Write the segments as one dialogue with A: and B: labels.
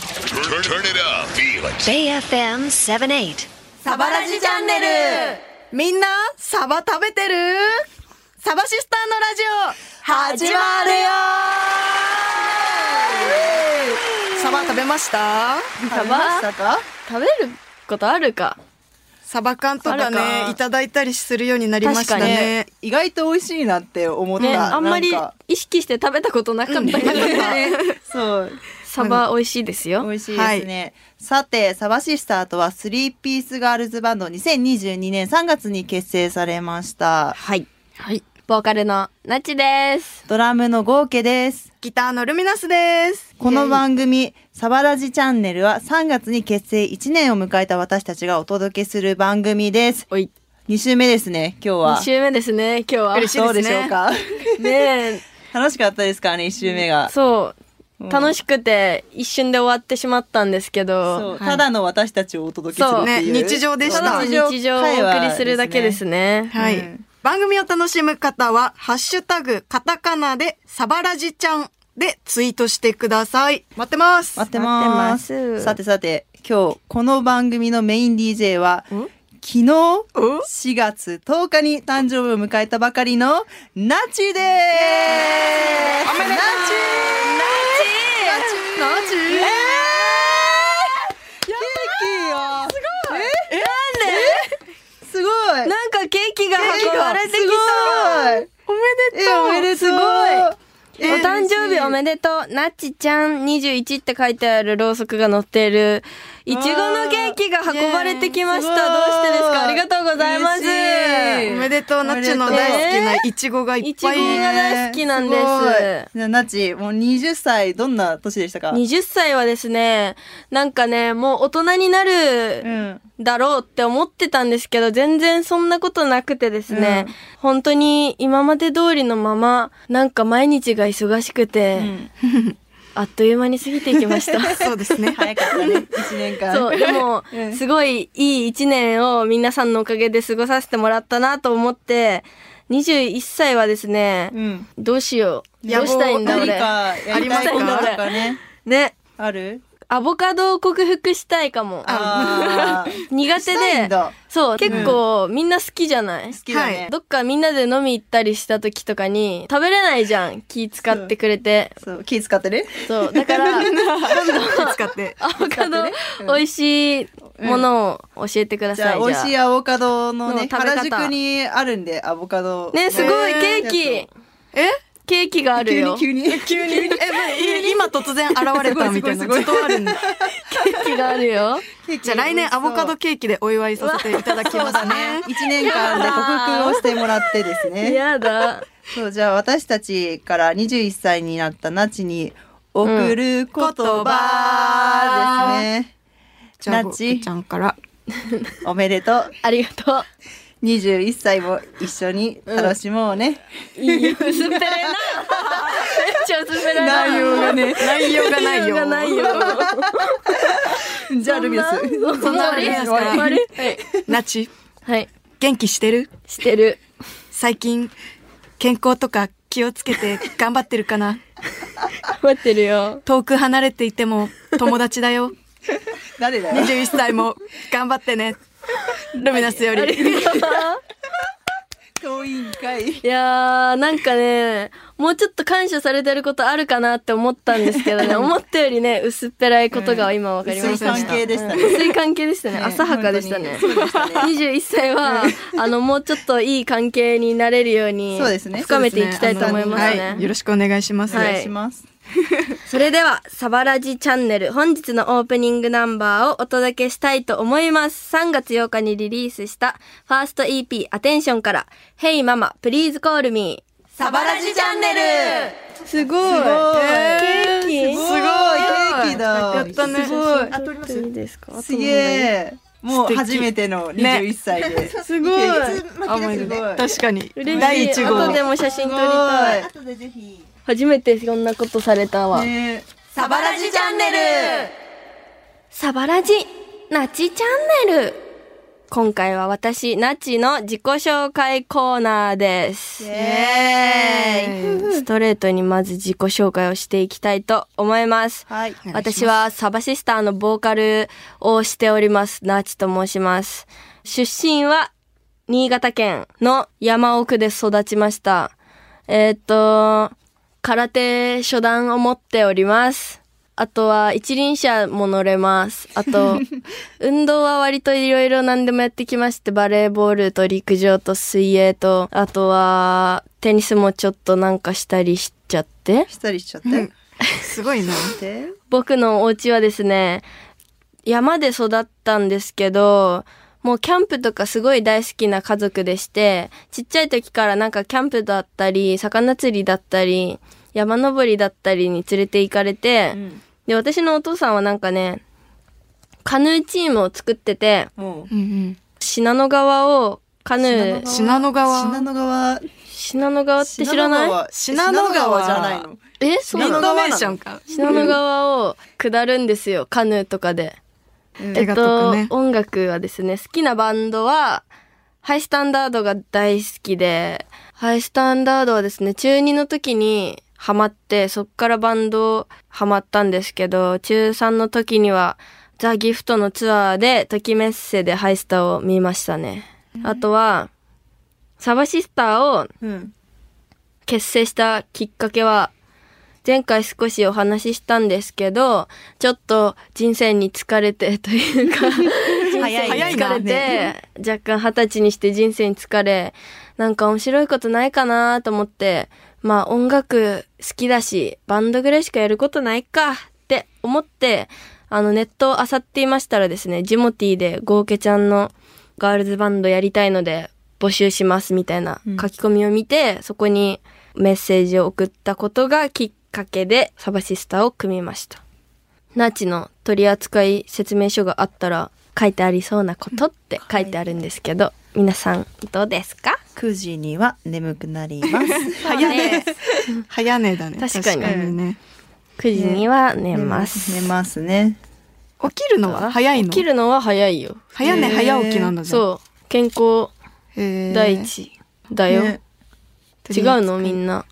A: Turn, turn it up. Feel it.
B: JFM 78.
C: サバラジチャンネルみんな、サバ食べてるサバシスターのラジオ、始まるよサバ食べました
D: 食べましたか食べることあるか
C: サバ缶とか
D: ある
C: ね、
D: か
C: いただいたりするようになりましたね。
E: 意外と美味しいなって思った、
D: ねあんまり
E: なか
D: 意識して食べたことなかったけど、
E: そう
D: サバ美味しいですよ
E: 美味しいですね、さてサバシスターとは3ピースガールズバンド2022年3月に結成されました
D: はいはいボーカルのなちです
E: ドラムの豪家です
C: ギターのルミナスです。
E: この番組、サバラジチャンネルは3月に結成1年を迎えた私たちがお届けする番組です。
D: おい
E: 2週目ですね、今日は。
D: 2週目ですね今日は
C: 嬉しい
E: どうでしょう か
D: ねえ
E: 楽しかったですかね、1週目が。
D: そう
E: うん
D: 楽しくて一瞬で終わってしまったんですけ
E: そ
D: ど
E: うただの私たちをお届けするって
C: そ
E: いう。
C: うね日常でした
D: ただの日常をお送りするだけです
E: ね。
D: ね
C: はい。
E: うん
C: 番組を楽しむ方は、ハッシュタグ、カタカナで、サバラジちゃんでツイートしてください。待ってます。
E: 待ってます。
D: 待ってます
E: さてさて、今日、この番組のメイン DJ は、昨日、
C: お
E: 4月10日に誕生日を迎えたばかりの、ナチです
C: おめでとうナ
E: ナチ
C: チ
E: えー、ケーキよすごいえすごい
D: なんかケーキが運ばれてき
E: すごい
C: おめで
E: え
C: とう
E: おめでとう
C: すごい
D: お誕生日おめでとう。なっちちゃん21って書いてあるろうそくが乗っている。いちごのケーキが運ばれてきました。
E: わ
D: ど
E: あ
D: うしてですかありがとうございます。
E: 嬉しい
C: おめでとうナッチの大好きなイチゴがいっ
D: いちご
C: ぱ
D: が
C: い
D: 大好きなんです。
E: すごいナチもう20歳どんな年でしたか
D: 20歳はですね、なんかね、もう大人にな
E: う
D: る
E: ん
D: だろうって思ってたんですけど、全然そんなことなくてですね、
E: うん
D: 本当に今まで通りのまま、なんか毎日が忙しくて、あっという間に過ぎていきま した。
C: そうです ね。
E: 早かっ たね1年間
D: そう、でも、
E: うん
D: すごいいい一年を皆さんのおかげで過ごさせてもらったなと思って、21歳はですね、
E: うん
D: どうしよう。
C: 野
D: ど
C: 望
D: うしたいんだ
E: 何
D: 俺。
E: かやりたいこととかね
D: ね。
E: ある
D: アボカドを克服したいかも。
E: あー
D: 苦手
E: したいん
D: で。
E: だ
D: そう、結構みんな好きじゃない
E: 好きだね
D: どっかみんなで飲み行ったりした時とかに食べれないじゃん。気使ってくれて。
E: そう気使ってね
D: そう、だ から、
C: 使って。
D: アボカド美味しいものを教えてくだ
E: じ
D: さ
E: ゃ
D: い。
E: あ美味しいアボカドのね
D: の食べ方
E: 原宿にあるんでアボカド
D: ね、すごい、
C: ね
D: ケーキ。
C: え
D: ケーキがある
E: 急に
D: よ。ケ
E: 急に急に
C: え、まあい今突然現れたみたいな
E: すご
C: こ
E: いすごいすごい
C: とあるんだ。
D: ーキがあるよ。
C: じゃあ来年アボカドケーキでお祝いさせていただき
E: そ
C: ま
E: う
C: す
E: だ
C: ね
E: ね。1年間で克服をしてもらってですね
D: やだ。
E: そうじゃあ私たちから21歳になったナチに送る言葉ですね、
C: じゃあ、
E: ナ
C: ご
E: チ
C: ちゃんから。
E: おめでとう
D: ありがとう。
E: 21歳も一緒に楽しもうね、
D: いいよ、薄っぺ れな。めっちゃ薄っぺれな。
E: 内容がね
C: 内容がないよ。
D: がないよ。
E: じゃあルビナス
D: もう終わり
C: ルミナス
D: 終
C: から
D: わりはい。
C: ナチ、
D: はい。
C: 元気してる
D: してる。
C: 最近、健康とか気をつけて頑張ってるかな
D: 待ってる よ。
C: 遠く離れていても友達だよ。
E: 誰だよ
C: 21歳も頑張ってね。ルミナスより。
E: 遠いんかい
D: いやー、なんかね、もうちょっと感謝されてることあるかなって思ったんですけど ね、思ったよりね、薄っぺらいことが今わかりま
E: 薄
D: し
E: い
D: た。
E: 関係でしたね、
D: 薄い関係でしたね。
E: ね
D: 浅はかでしたね。
E: 本当にそう でした
D: 21歳
E: ね
D: は、あの、もうちょっといい関係になれるように、
E: そうですね
D: 深めていきたいと思います
C: は
D: ね。
C: いよろしくお願いします。
E: お
D: は
E: 願いします、
D: それでは、サバラジチャンネル、本日のオープニングナンバーをお届けしたいと思います。3月8日にリリースした、ファースト EP、アテンションから、Hey Mama, Please Call Me。
E: サバラジチャンネル
D: すごい
E: すごい
D: ケーキ
E: すごいケーキだ
C: やったね
E: すごい
D: 撮っていいですか
E: すげえ。もう初めての21歳で。
D: すごい
C: あんまりね確かに。
D: 嬉しい。
C: 第1号
D: 後。でも写真撮りたい。
E: 後でぜひ。
D: 初めてそんなことされたわ。
E: ね
D: サバラジチャンネルサバラジ、ナチチャンネル今回は私、ナチの自己紹介コーナーです。ストレートにまず自己紹介をしていきたいと思います。
E: はい。
D: 私はサバシスターのボーカルをしております、ナーチと申します。出身は新潟県の山奥で育ちました。えーっと、空手初段を持っております。あとは一輪車も乗れます。あと、 運動は割といろいろ何でもやってきまして、バレーボールと陸上と水泳と、あとはテニスもちょっとなんかしたりしちゃって。
E: したりしちゃって。
C: すごいな。
E: で、
D: 僕のお家はですね、山で育ったんですけど、もうキャンプとかすごい大好きな家族でして、ちっちゃい時からなんかキャンプだったり、魚釣りだったり、山登りだったりに連れて行かれて、
E: ん
D: で、私のお父さんはなんかね、カヌーチームを作ってて、
E: もう。
C: うんうん。
D: 信濃川をカヌー、
E: 信
C: 信濃川。
E: 信濃川。
D: 信濃川って知らない
E: 信濃川信濃川じゃないの。
D: え、そう
C: イン
D: なの
C: ドネーションか。
D: 信濃川を下るんですよ、カヌーとかで。
C: 絵が特
D: えっ
C: ね
D: と、。音楽はですね、好きなバンドは、ハイスタンダードが大好きで、ハイスタンダードはですね、中2の時にハマって、そっからバンドハマったんですけど、中3の時には、ザ・ギフトのツアーで、ときメッセでハイスタを見ましたね。あとは、サバシスターを
E: うん。
D: 結成したきっかけは、前回少しお話ししたんですけど、ちょっと人生に疲れてというか、
E: 早
C: 早い
E: い
C: な
E: な。
D: 疲れて、若干二十歳にして人生に疲れ、なんか面白いことないかなと思って、まあ音楽好きだし、バンドぐらいしかやることないかって思って、あのネットを漁っていましたらですね、ジモティーでゴーケちゃんのガールズバンドやりたいので募集しますみたいな書き込みを見て、そこにメッセージを送ったことがきっかけでサバシスターを組みました。ナチの取扱説明書があったら書いてありそうなことって書いてあるんですけど、皆さんどうですか
E: 9時には眠くなります。
C: 早寝。早寝 だね。
D: 確かに
C: ね。
D: ?9 時には寝ます。
E: 寝ますね。
C: 起きるのは早いの。
D: 起きるのは早いよ。
C: 早寝早起きなんだじゃん。
D: そう。健康
C: へー
D: 第。一だよ。
E: ね
D: 違うのみんな。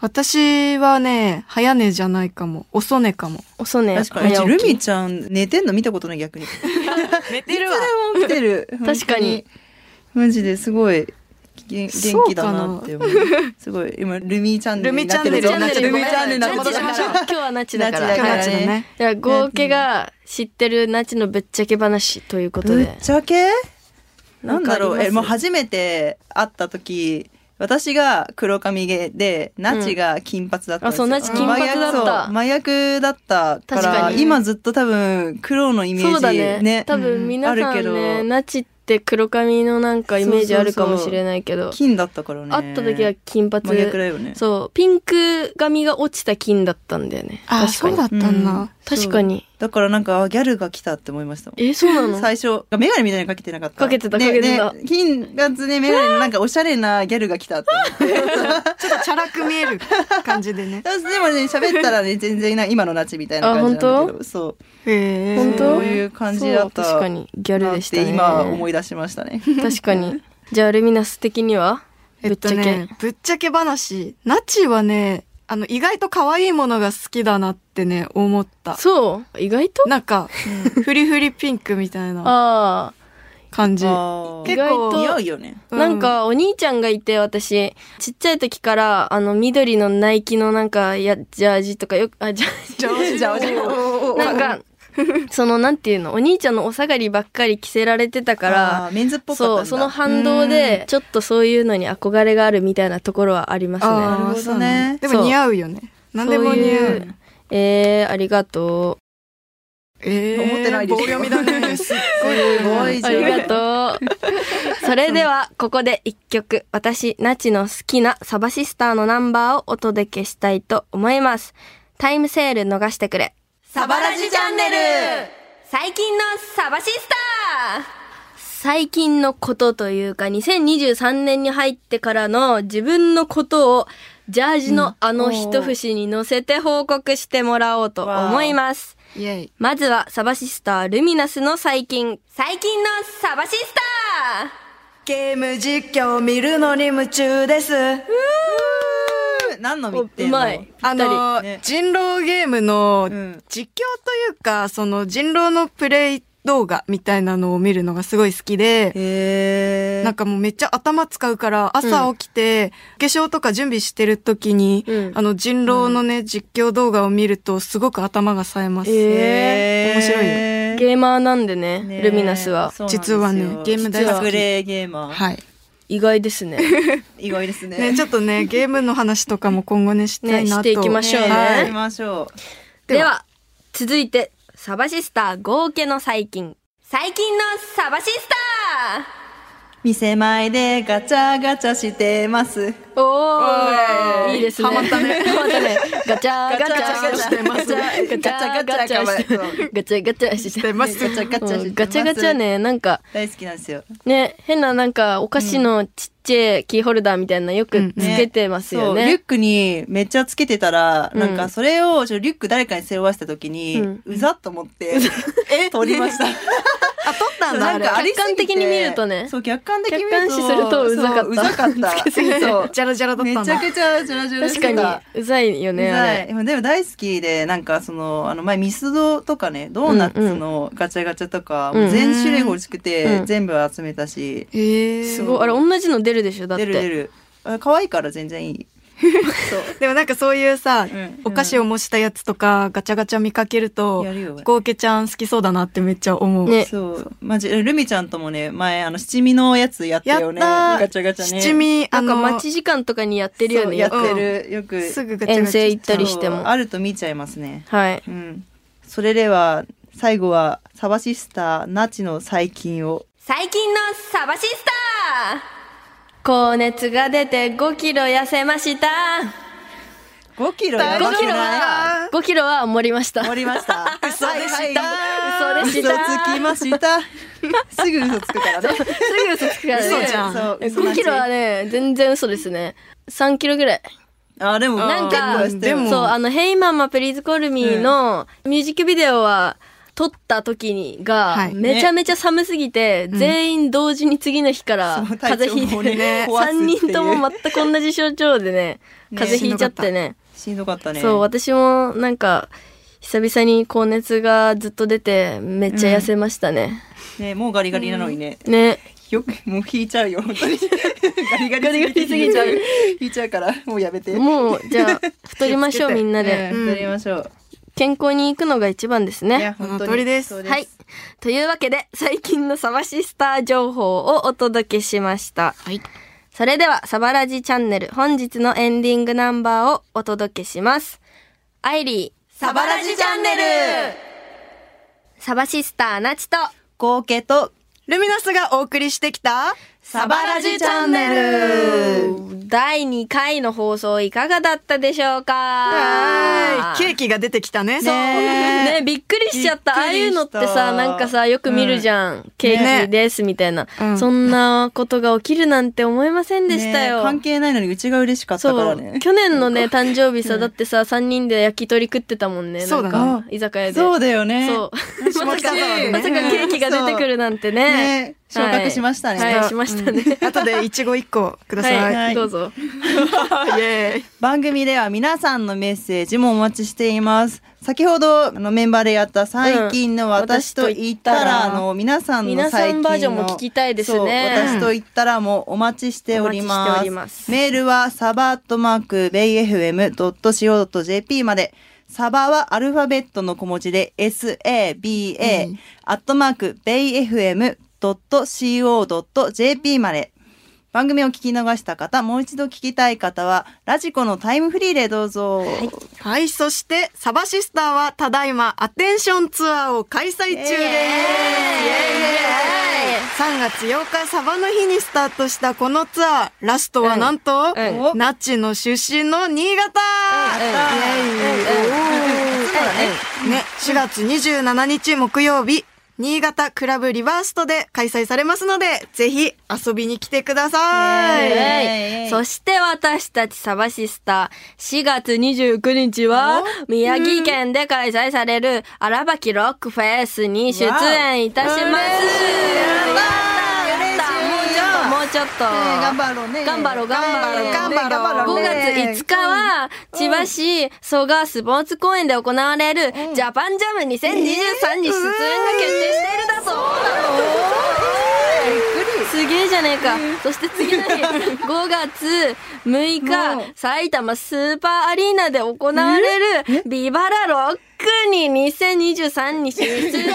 C: 私はね、早寝じゃないかも。遅寝かも。
D: 遅寝。
E: 確かに。う
D: 早
E: ちル
D: 起き
E: ミちゃん寝てんの見たことない逆に。
C: 寝
E: いつでも起きてる。
D: 確かに
E: 本当に。マジですごい。元元気だなって思う。すごい今ルミチャンネルになってるぞ。
C: ルミチャンネル
E: ルミチャンネルにな
D: ナ
E: っ
D: チだ
E: てる
D: から。
E: ぞ。
D: 今日はナチだから。
E: ナチだから
D: はい
E: ね
D: じゃあ、合計が知ってるナチのぶっちゃけ話ということ
E: ぶっ
D: で。
E: ちゃけなんだろ
D: なん
E: う
D: かあります
E: えもう初めて会った時私が黒髪毛でナチが金髪だったんですよ、
D: うんあそうナチ金髪だった
E: 真逆そう真逆だったか
D: 確
E: ら
D: かに
E: 今ずっと多分黒のイメージ
D: そうだね多分皆さ
E: ある
D: ん
E: け
D: ね、
E: ど
D: ナチって黒髪のなんかイメージあるかもしれないけど
E: 金だったからね
D: 会った時は金髪、
E: 真逆だよね
D: そうピンク髪が落ちた金だったんだよね
C: あ、
D: 確か
C: そ
D: に
C: うだったんだ。
D: 確かに
E: だからなんかあギャルが来たって思いましたもん
D: えそうなの
E: 最初眼鏡みたいにかけてなかった
D: かけてた
E: ね
D: かけてた
E: ね金髪ね眼鏡のなんかおしゃれなギャルが来たって思 って。
C: ちょっとチャラく見える感じでね
E: でもね喋ったらね全然な今のナチみたいな感じ
D: あ
E: なんだけ
D: 本
E: どそう
C: へえ。
D: 本当
E: そういう感じだった
D: そう確かにギャルでした
E: な
D: ね
E: って今思い出しましたね
D: 確かにじゃあルミナス的にはぶ
C: え
D: っ
C: っ
D: ちゃ
C: と
D: け、
C: ね、ぶっちゃけ話。ナチはね、あの、意外と可愛いものが好きだなってね、思った。
D: そう意外と
C: なんか、フリフリピンクみたいな
D: あ
C: 感じ。
E: あ
D: 意
E: ー
C: 結
D: 外
C: 構
D: と
E: 似合うよね
C: うん
D: なんかお兄ちゃんがいて私ちっちゃい時からあの緑のナイキのなんかやジャージとかよくあジ ャージ
C: ジャージ
E: じゃあじゃあ
D: なんかそのなんていうのお兄ちゃんのお下がりばっかり着せられてたから
E: あーメンズっぽかったんだ
D: そうその反動でちょっとそういうのに憧れがあるみたいなところはあります
C: あ
D: ね。
C: ー
E: なるほどね
C: そうなのでも似合うよね。何でも似合
D: そううい。えー、ありがと。
C: え
E: 思ってないです
C: 棒読みだね。 すっごい。
E: すごいうじゃ
D: あ
E: ん
D: りがとう。それではここで一曲私ナチの好きなサバシスターのナンバーをお届けしたいと思います。タイムセール逃してくれ。
E: サバラジチャンネル
D: 最近のサバシスター最近のことというか2023年に入ってからの自分のことをジャージのあの一節に乗せて報告してもらおうと思います。
C: イェイ。
D: まずはサバシスタールミナスの最近、最近のサバシスター
C: ゲーム実況を見るのに夢中です。
E: 何の見
D: お
E: て
D: うん
E: の
D: まい。
C: あの、
E: ね
C: 人狼ゲームの
E: うん
C: 実況というか、その人狼のプレイ動画みたいなのを見るのがすごい好きで、
E: へえ。
C: なんかもうめっちゃ頭使うから、朝起きて、化粧とか準備してる時に、
D: うん
C: あの人狼のね、実況動画を見るとすごく頭が冴えます。
D: え
C: 面白い
E: ね
D: ゲーマーなんでね、
E: ね
D: ルミナスは。
E: そうなんですよ
C: 実はねゲーム大好き
E: 実はグレーゲーマー。
C: はい。
D: 意外ですね。
E: 意外ですね。
C: ね、ちょっとね、ゲームの話とかも今後ね、したいなと。
D: ねしていきましょうね
E: や
C: は
E: り
C: い。
E: ましょ
D: で
C: では
D: は、続いて、サバシスター合計の最近、最近のサバシス
E: う。店前でガチャガチャしてます。
D: ターお
C: お
D: ー
C: ー
D: いいですね。
C: ハマったね
D: ハマったね。ガチャガチャ
E: ガチャガチャしてま
D: ガ
E: す
D: チャガチャしてガチャガチャして
C: してます
E: ガチャガチャしてます
D: うんガチャガチャね、なんか、
E: 大好きなんですよ。
D: ね、変ななんか、お菓子のちっちゃいキーホルダーみたいなのよくつけてますよ
E: そう、リュ
D: ね
E: ッ。クにめっちゃつけてたら、
D: うん
E: なんかそれをちょリュック誰かに背負わせた時に、
D: うん
E: うざっと思って、取 り ました。
C: あ、撮ったんだ、
E: な
C: あ
E: ん
C: れ。
E: かありすぎて
D: 客観的に見るとね
E: そう、客観的に見る
D: 客
E: と。
D: 観視するとうざかった
E: そううざかった。
D: つけすぎて
E: そう
C: ジャラジャラだっ
E: め
C: たん
E: ちゃ
C: だ。
E: くちゃジャラジャラして
D: 確
E: た。
D: かに、うざいよね、
E: う
D: あ
E: ざ
D: れ。
E: い。でも大好きで、なんかその、あの前ミスドとかね、ドーナツのガチャガチャとか、
D: うん
E: もう全種類が欲しくて、
D: うん
E: 全部集めたし、
C: えー
D: すごい。あれ、同じの出るでしょ、だっ
E: 出る出
D: て。
E: る。あ可愛いから全然い い。
C: でもなんかそういうさ、
E: ん
C: お菓子を模したやつとかガチャガチャ見かけると、
E: やるよ
C: ゴーケちゃん好きそうだなってめっちゃ思う。
D: ね
E: そう。マジ、ルミちゃんともね、前、あの、七味のやつやった
C: や
E: よ
C: っ
E: ね。
C: たー
E: ガチャガチャね。
C: 七味、
D: な
C: あ
D: んか
C: の、
D: 待ち時間とかにやってるよ
E: そう
D: ね、
E: や
D: よ
E: っ
D: く。
E: てる。よく。
C: す
E: ぐ
C: ぐガチャガ
D: 遠
C: チ
D: 征
C: ャ
D: 行ったりしても
E: あると見ちゃいますね。
D: はい。
E: うん。それでは、最後は、サバシスター、ナチの最近を。
D: 最近のサバシスター高熱が出て5キロ痩せました。
E: 5キロやば
D: 5
E: く
D: キロ
E: ない
D: は、5キロは盛りました。
E: 終わりました。嘘でした
D: 嘘でした
E: 嘘つきました。すぐ嘘つくからね。
D: すぐ嘘つくからね。
C: 嘘じゃん
E: そう嘘
D: 5キロはね、全然嘘ですね。3キロぐらい。
E: あ、でも、
D: なんか、
E: 結構して
C: で
E: る
C: も
D: そう、あの、ヘイマンマプリーズコルミーのミュージックビデオは、撮った時に
C: は
D: が、
C: い
D: めちゃめちゃ寒すぎて、全員同時に次の日から
E: そう
D: 風邪ひい
E: 体調も
D: て、
E: ね
D: 3人とも全く同じ症状でね、
E: ね
D: 風邪ひいちゃってね。
E: しんどかったね。
D: そう、私もなんか、久々に高熱がずっと出て、めっちゃ痩せましたね。
E: ね、もうガリガリなのにね。
D: ね。
E: よく、もう引いちゃうよ、本 当に。ガリ
D: ガ
E: ガリすぎて
D: リガリすぎちゃう
E: 引いちゃうから、もうやめて。
D: もう、じゃあ、太りましょう、みんなで。
E: うん太りましょう。
D: 健康に行くのが一番です
E: い
D: ね
E: や、。本当に
C: その通りです
E: そう
D: はい。というわけで、最近のサバシスター情報をお届けしました。
B: はい。
D: それでは、サバラジチャンネル、本日のエンディングナンバーをお届けします。アイリー、
E: サバラジチャンネル
D: サバシスターなちと、
E: 合計と、
C: ルミナスがお送りしてきた、
E: サバラジチャンネル
D: 第2回の放送いかがだったでしょうか
C: はーい。ケーキが出てきたね。
D: そう ねびっくりしちゃった
E: び
D: あ
E: っく
D: あ
E: り
D: いうのってさ
E: した
D: なんかさよく見るじゃん、ケーキですみたいな、
C: うん
D: そんなことが起きるなんて思いませんでした
E: ね
D: よ、
E: 関係ないのにうちが嬉しかったか
D: そ
E: ら
D: う、
E: ね。
D: 去年のね誕生日さだってさ3人で焼き鳥食ってたもんね
C: そうだな
D: なんか居酒屋で
E: そうだよね。
D: そうま
C: ま
D: さ
C: さ
D: か
C: か
D: まさかケーキが出てくるなんてね
E: ね昇格しましたね
D: はいはいしましたね、
C: 後でイチゴ1個ください。
D: はい、
E: はい
D: どう ぞ
C: イエーイ。
E: 番組では皆さんのメッセージもお待ちしています。先ほどあのメンバーでやった最近の私と言ったらの皆さんの最近の
D: 皆さんバージョンも聞きたいですね
E: そう私と言ったらもお待ちしており
D: お待ちし
E: ま
D: てお
E: す。
D: ります
E: メールはサバットマークベイ FM.co.jp まで。サバはアルファベットの小文字で saba、アットマークベイ FM.co.jp まで。番組を聞き逃した方、もう一度聞きたい方は、ラジコのタイムフリーでどうぞ。
C: はい、そして、サバシスターはただいまアテンションツアーを開催中です。
E: イエーイ
C: 3月8日サバの日にスタートしたこのツアー、ラストはなんと、
D: うん
C: ナッチの出身の新潟、
D: うん
C: イエーイおーね、4月27日木曜日、新潟クラブリバーストで開催されますので、ぜひ遊びに来てください。
E: ね
D: はいそして私たちサバシスター4月29日は宮城県で開催される荒垣ロックフェスに出演いたします。やっ
E: 嬉しい
D: たもうちょっともうちょっと。
E: ね頑張ろうね。
D: 頑張ろう頑張ろう
E: 頑張ろ
C: 頑
E: う。
C: 張ろう
D: 5月5日は千葉市蘇我スポーツ公園で行われるジャパンジャム2023に出演が決定しているだとすげえじゃねえか。そして次の 日、5月6日、埼玉スーパーアリーナで行われるビバラロックに2023に出演し出演しま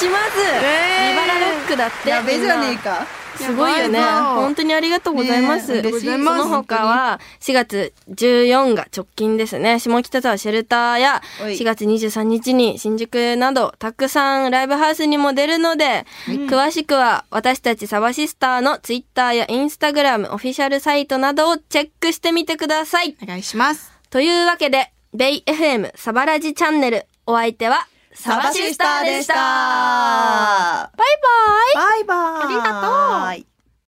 D: す。ビバラロックだって。
E: やべえじゃ
D: みん
E: ね
D: な
E: えか。
D: すごいよね。
C: やばいぞ
D: 本当にありがとうございます。
E: ねえ嬉しい
D: その他は、4月14が直近ですね。下北沢シェルターや、
E: おい
D: 4月23日に新宿など、たくさんライブハウスにも出るので、詳しくは、私たちサバシスターのツイッターやインスタグラム、オフィシャルサイトなどをチェックしてみてください。
C: お願いします。
D: というわけで、ベイ FM サバラジチャンネル、お相手は、サバシスターでした。バイバイ
E: バイバイ。ありがとう。